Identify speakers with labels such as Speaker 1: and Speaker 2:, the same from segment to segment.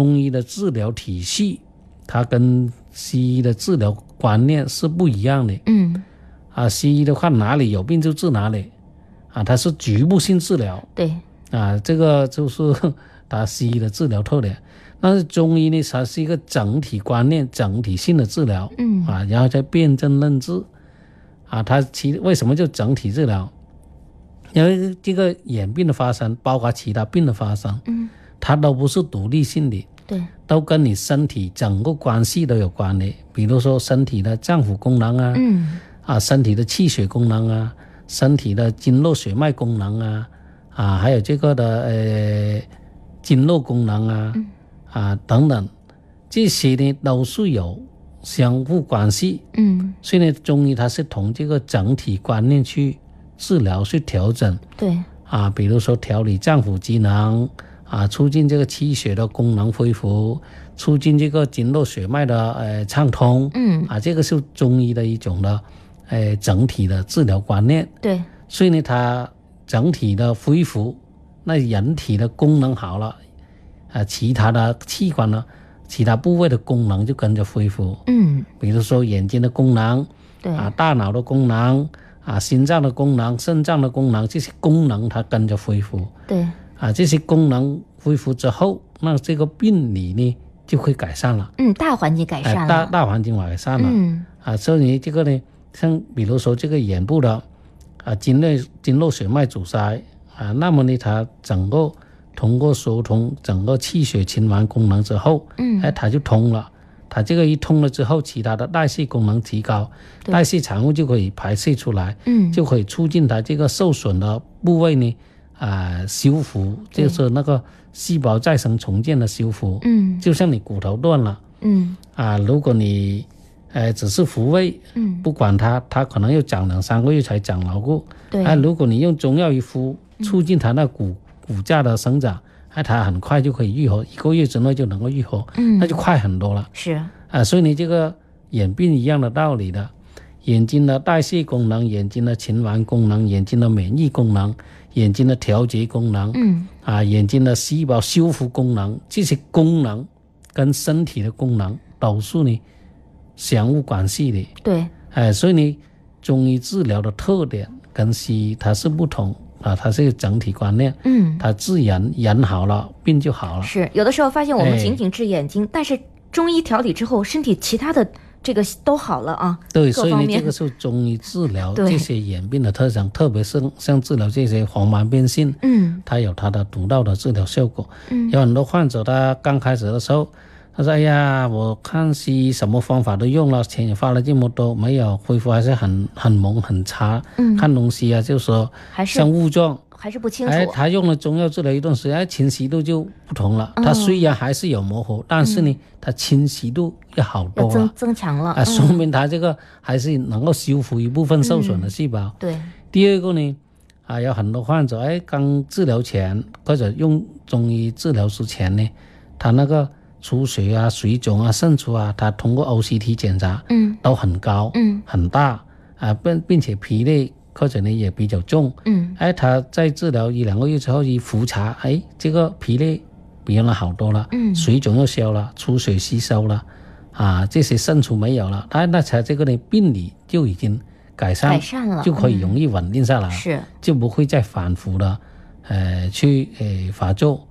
Speaker 1: 中医的治疗体系，它跟西医的治疗观念是不一样的
Speaker 2: 嗯，
Speaker 1: 啊。西医的话，哪里有病就治哪里，啊，它是局部性治疗
Speaker 2: 对，
Speaker 1: 啊，这个就是它西医的治疗特点。但是中医呢，它是一个整体观念、整体性的治疗。
Speaker 2: 嗯
Speaker 1: 啊，然后再辨证论治，啊，它其为什么就整体治疗？因为这个眼病的发生，包括其他病的发生，
Speaker 2: 嗯，
Speaker 1: 它都不是独立性的，
Speaker 2: 对，
Speaker 1: 都跟你身体整个关系都有关的。比如说身体的脏腑功能啊，
Speaker 2: 嗯
Speaker 1: 啊，身体的气血功能啊，身体的经络血脉功能啊，啊，还有这个的呃经络功能啊，啊等等，这些呢都是有相互关系。
Speaker 2: 嗯，
Speaker 1: 所以呢，中医它是从这个整体观念去治疗、去调整
Speaker 2: 对，
Speaker 1: 啊，比如说调理脏腑机能啊，促进这个气血的功能恢复，促进这个经络血脉的呃畅通。
Speaker 2: 嗯
Speaker 1: 啊，这个是中医的一种的，呃，整体的治疗观念。
Speaker 2: 对，
Speaker 1: 所以呢，它整体的恢复，那人体的功能好了，啊，其他的器官呢，其他部位的功能就跟着恢复。
Speaker 2: 嗯
Speaker 1: 比如说眼睛的功能
Speaker 2: 对，
Speaker 1: 啊，大脑的功能啊，心脏的功能、肾脏的功能，这些功能它跟着恢复
Speaker 2: 对，
Speaker 1: 啊，这些功能恢复之后，那这个病理呢就会改善了，
Speaker 2: 嗯，大环境改
Speaker 1: 哎、
Speaker 2: 善
Speaker 1: 大
Speaker 2: 了，
Speaker 1: 大环境改善了。
Speaker 2: 嗯
Speaker 1: 啊，所以这个呢，像比如说这个眼部的啊经络经络血脉阻塞啊，那么呢，它整个通过疏通整个气血循环功能之后，
Speaker 2: 嗯
Speaker 1: 哎，它就通了。它这个一通了之后，其他的代谢功能提高，
Speaker 2: 对
Speaker 1: 代谢产物就可以排泄出来，
Speaker 2: 嗯，
Speaker 1: 就可以促进它这个受损的部位呢啊、修复，
Speaker 2: 对
Speaker 1: 就是那个细胞再生重建的修复。
Speaker 2: 嗯
Speaker 1: 就像你骨头断了
Speaker 2: 嗯
Speaker 1: 啊，如果你呃只是抚慰
Speaker 2: 嗯，
Speaker 1: 不管它，它可能又长两三个月才长牢固。
Speaker 2: 对嗯
Speaker 1: 啊，，如果你用中药一敷，促进它那骨骨架的生长，那它很快就可以愈合，一个月之内就能够愈合，
Speaker 2: 嗯
Speaker 1: 那就快很多了。
Speaker 2: 是，
Speaker 1: 啊，所以你这个眼病一样的道理的，眼睛的代谢功能、眼睛的循环功能、眼睛的免疫功能、眼睛的调节功能，
Speaker 2: 嗯
Speaker 1: 啊，眼睛的细胞修复功能，这些功能跟身体的功能都是呢相互关系的。
Speaker 2: 对，
Speaker 1: 哎，所以呢，中医治疗的特点跟西医它是不同啊，它是一个整体观念，
Speaker 2: 嗯
Speaker 1: 它治人，人好了，病就好了。
Speaker 2: 是。有的时候发现我们
Speaker 1: 啊哎
Speaker 2: 仅仅治眼睛，但是中医调理之后，身体其他的这个都好了啊。
Speaker 1: 对，
Speaker 2: 各
Speaker 1: 所以
Speaker 2: 方
Speaker 1: 呢，
Speaker 2: 面
Speaker 1: 这个是中医治疗
Speaker 2: 对
Speaker 1: 这些眼病的特征，特别是像治疗这些黄斑变性，
Speaker 2: 嗯
Speaker 1: 它有它的独到的治疗效果。
Speaker 2: 嗯
Speaker 1: 有很多患者他刚开始的时候，他说：“哎呀，我看西医什么方法都用了，钱也花了这么多，没有恢复还是很很懵很差。
Speaker 2: 嗯
Speaker 1: 看东西啊，就说
Speaker 2: 还是
Speaker 1: 像雾状。”
Speaker 2: 还是不清
Speaker 1: 哎，
Speaker 2: 楚。啊
Speaker 1: 他用了中药治疗一段时间，哎清晰度就不同了。
Speaker 2: 嗯
Speaker 1: 他虽然还是有模糊，但是呢，他清晰度要好
Speaker 2: 要
Speaker 1: 多
Speaker 2: 增
Speaker 1: 了。
Speaker 2: 增强了，嗯
Speaker 1: 啊，说明他这个还是能够修复一部分受损的
Speaker 2: 嗯
Speaker 1: 细胞。
Speaker 2: 对，
Speaker 1: 第二个呢，啊，有很多患者哎，刚治疗前或者用中医治疗之前呢，他那个出血啊、水肿啊、渗出啊，他通过 OCT 检查
Speaker 2: 嗯
Speaker 1: 都很高、
Speaker 2: 嗯
Speaker 1: 很大啊，并并且疲累或者呢也比较重。
Speaker 2: 嗯，
Speaker 1: 哎，他在治疗一两个月之后一复查，哎，这个疲累比原来好多了，
Speaker 2: 嗯
Speaker 1: 水肿又消了，出血吸收了，啊，这些渗出没有了，哎，那才这个呢病理就已经改善，
Speaker 2: 改善了嗯
Speaker 1: 就可以容易稳定下来，
Speaker 2: 是，
Speaker 1: 就不会再反复的，呃，去呃发作，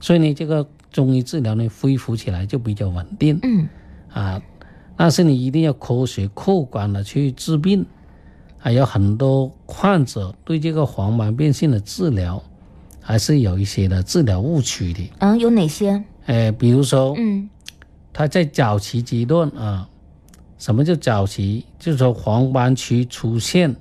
Speaker 1: 所以呢，这个中医治疗呢恢复起来就比较稳定，
Speaker 2: 嗯
Speaker 1: 啊，但是你一定要科学客观的去治病。还有很多患者对这个黄斑变性的治疗，还是有一些的治疗误区的。
Speaker 2: 嗯，有哪些？
Speaker 1: 呃，比如说
Speaker 2: 嗯
Speaker 1: 他在早期阶段啊，什么叫早期？就是说黄斑区出现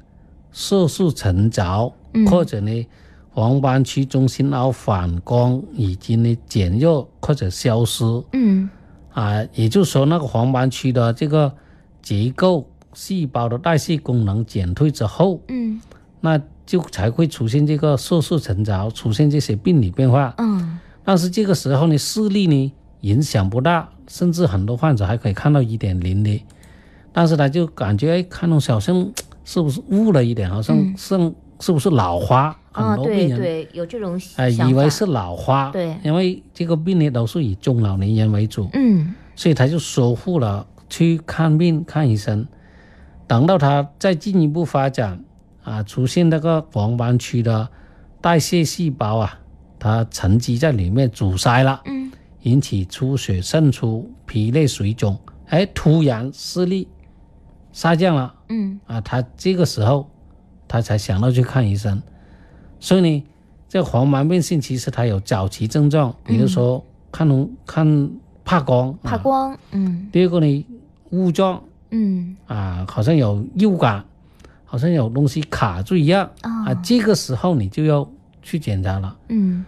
Speaker 1: 色素沉着，
Speaker 2: 嗯
Speaker 1: 或者呢黄斑区中心凹反光已经呢减弱或者消失。
Speaker 2: 嗯
Speaker 1: 啊，也就是说那个黄斑区的这个结构细胞的代谢功能减退之后，
Speaker 2: 嗯
Speaker 1: 那就才会出现这个色素沉着，出现这些病理变化。
Speaker 2: 嗯，
Speaker 1: 但是这个时候呢，视力呢影响不大，甚至很多患者还可以看到一点零的，但是他就感觉哎，看东西好像是不是雾了一点，好像像是不是老花？很
Speaker 2: 啊，
Speaker 1: 多病
Speaker 2: 嗯对
Speaker 1: 人
Speaker 2: 对，有这种
Speaker 1: 呃，
Speaker 2: 想
Speaker 1: 以为
Speaker 2: 法
Speaker 1: 是老花，
Speaker 2: 对
Speaker 1: 因为这个病呢都是以中老年人为主，
Speaker 2: 嗯
Speaker 1: 所以他就守护了去看病看医生。等到他再进一步发展啊，出现那个黄斑区的代谢细胞啊，它沉积在里面阻塞了，
Speaker 2: 嗯
Speaker 1: 引起出血、渗出、皮内水肿，哎，突然视力下降了。
Speaker 2: 嗯
Speaker 1: 啊，他这个时候他才想到去看医生。所以呢，这个黄斑变性其实它有早期症状，比如说看红、看怕光，
Speaker 2: 怕
Speaker 1: 啊。
Speaker 2: 光，嗯
Speaker 1: 第二个呢，雾状
Speaker 2: 嗯
Speaker 1: 啊，好像有诱感，好像有东西卡住一样、
Speaker 2: 啊
Speaker 1: 啊。这个时候你就要去检查了。
Speaker 2: 嗯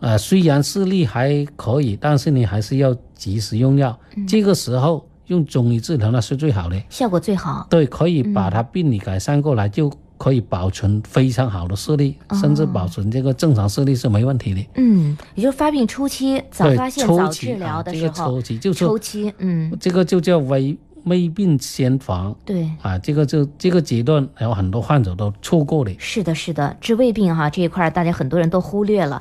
Speaker 1: 啊，虽然视力还可以，但是你还是要及时用药。
Speaker 2: 嗯
Speaker 1: 这个时候用中医治疗那是最好的。
Speaker 2: 效果最好，
Speaker 1: 对，可以把它病理改善过来，就可以保存非常好的视力，
Speaker 2: 哦
Speaker 1: 甚至保存这个正常视力是没问题的。
Speaker 2: 嗯，也就是发病初期早
Speaker 1: 对，
Speaker 2: 发现、
Speaker 1: 初
Speaker 2: 早
Speaker 1: 期
Speaker 2: 治疗
Speaker 1: 啊，
Speaker 2: 的
Speaker 1: 这
Speaker 2: 时
Speaker 1: 个
Speaker 2: 候，
Speaker 1: 初期就是
Speaker 2: 初期，嗯，
Speaker 1: 这个就叫未未病先防
Speaker 2: 对。
Speaker 1: 啊，这个就这个阶段还有很多患者都错过的。
Speaker 2: 是的，是的，治胃病哈、这一块，大家很多人都忽略了。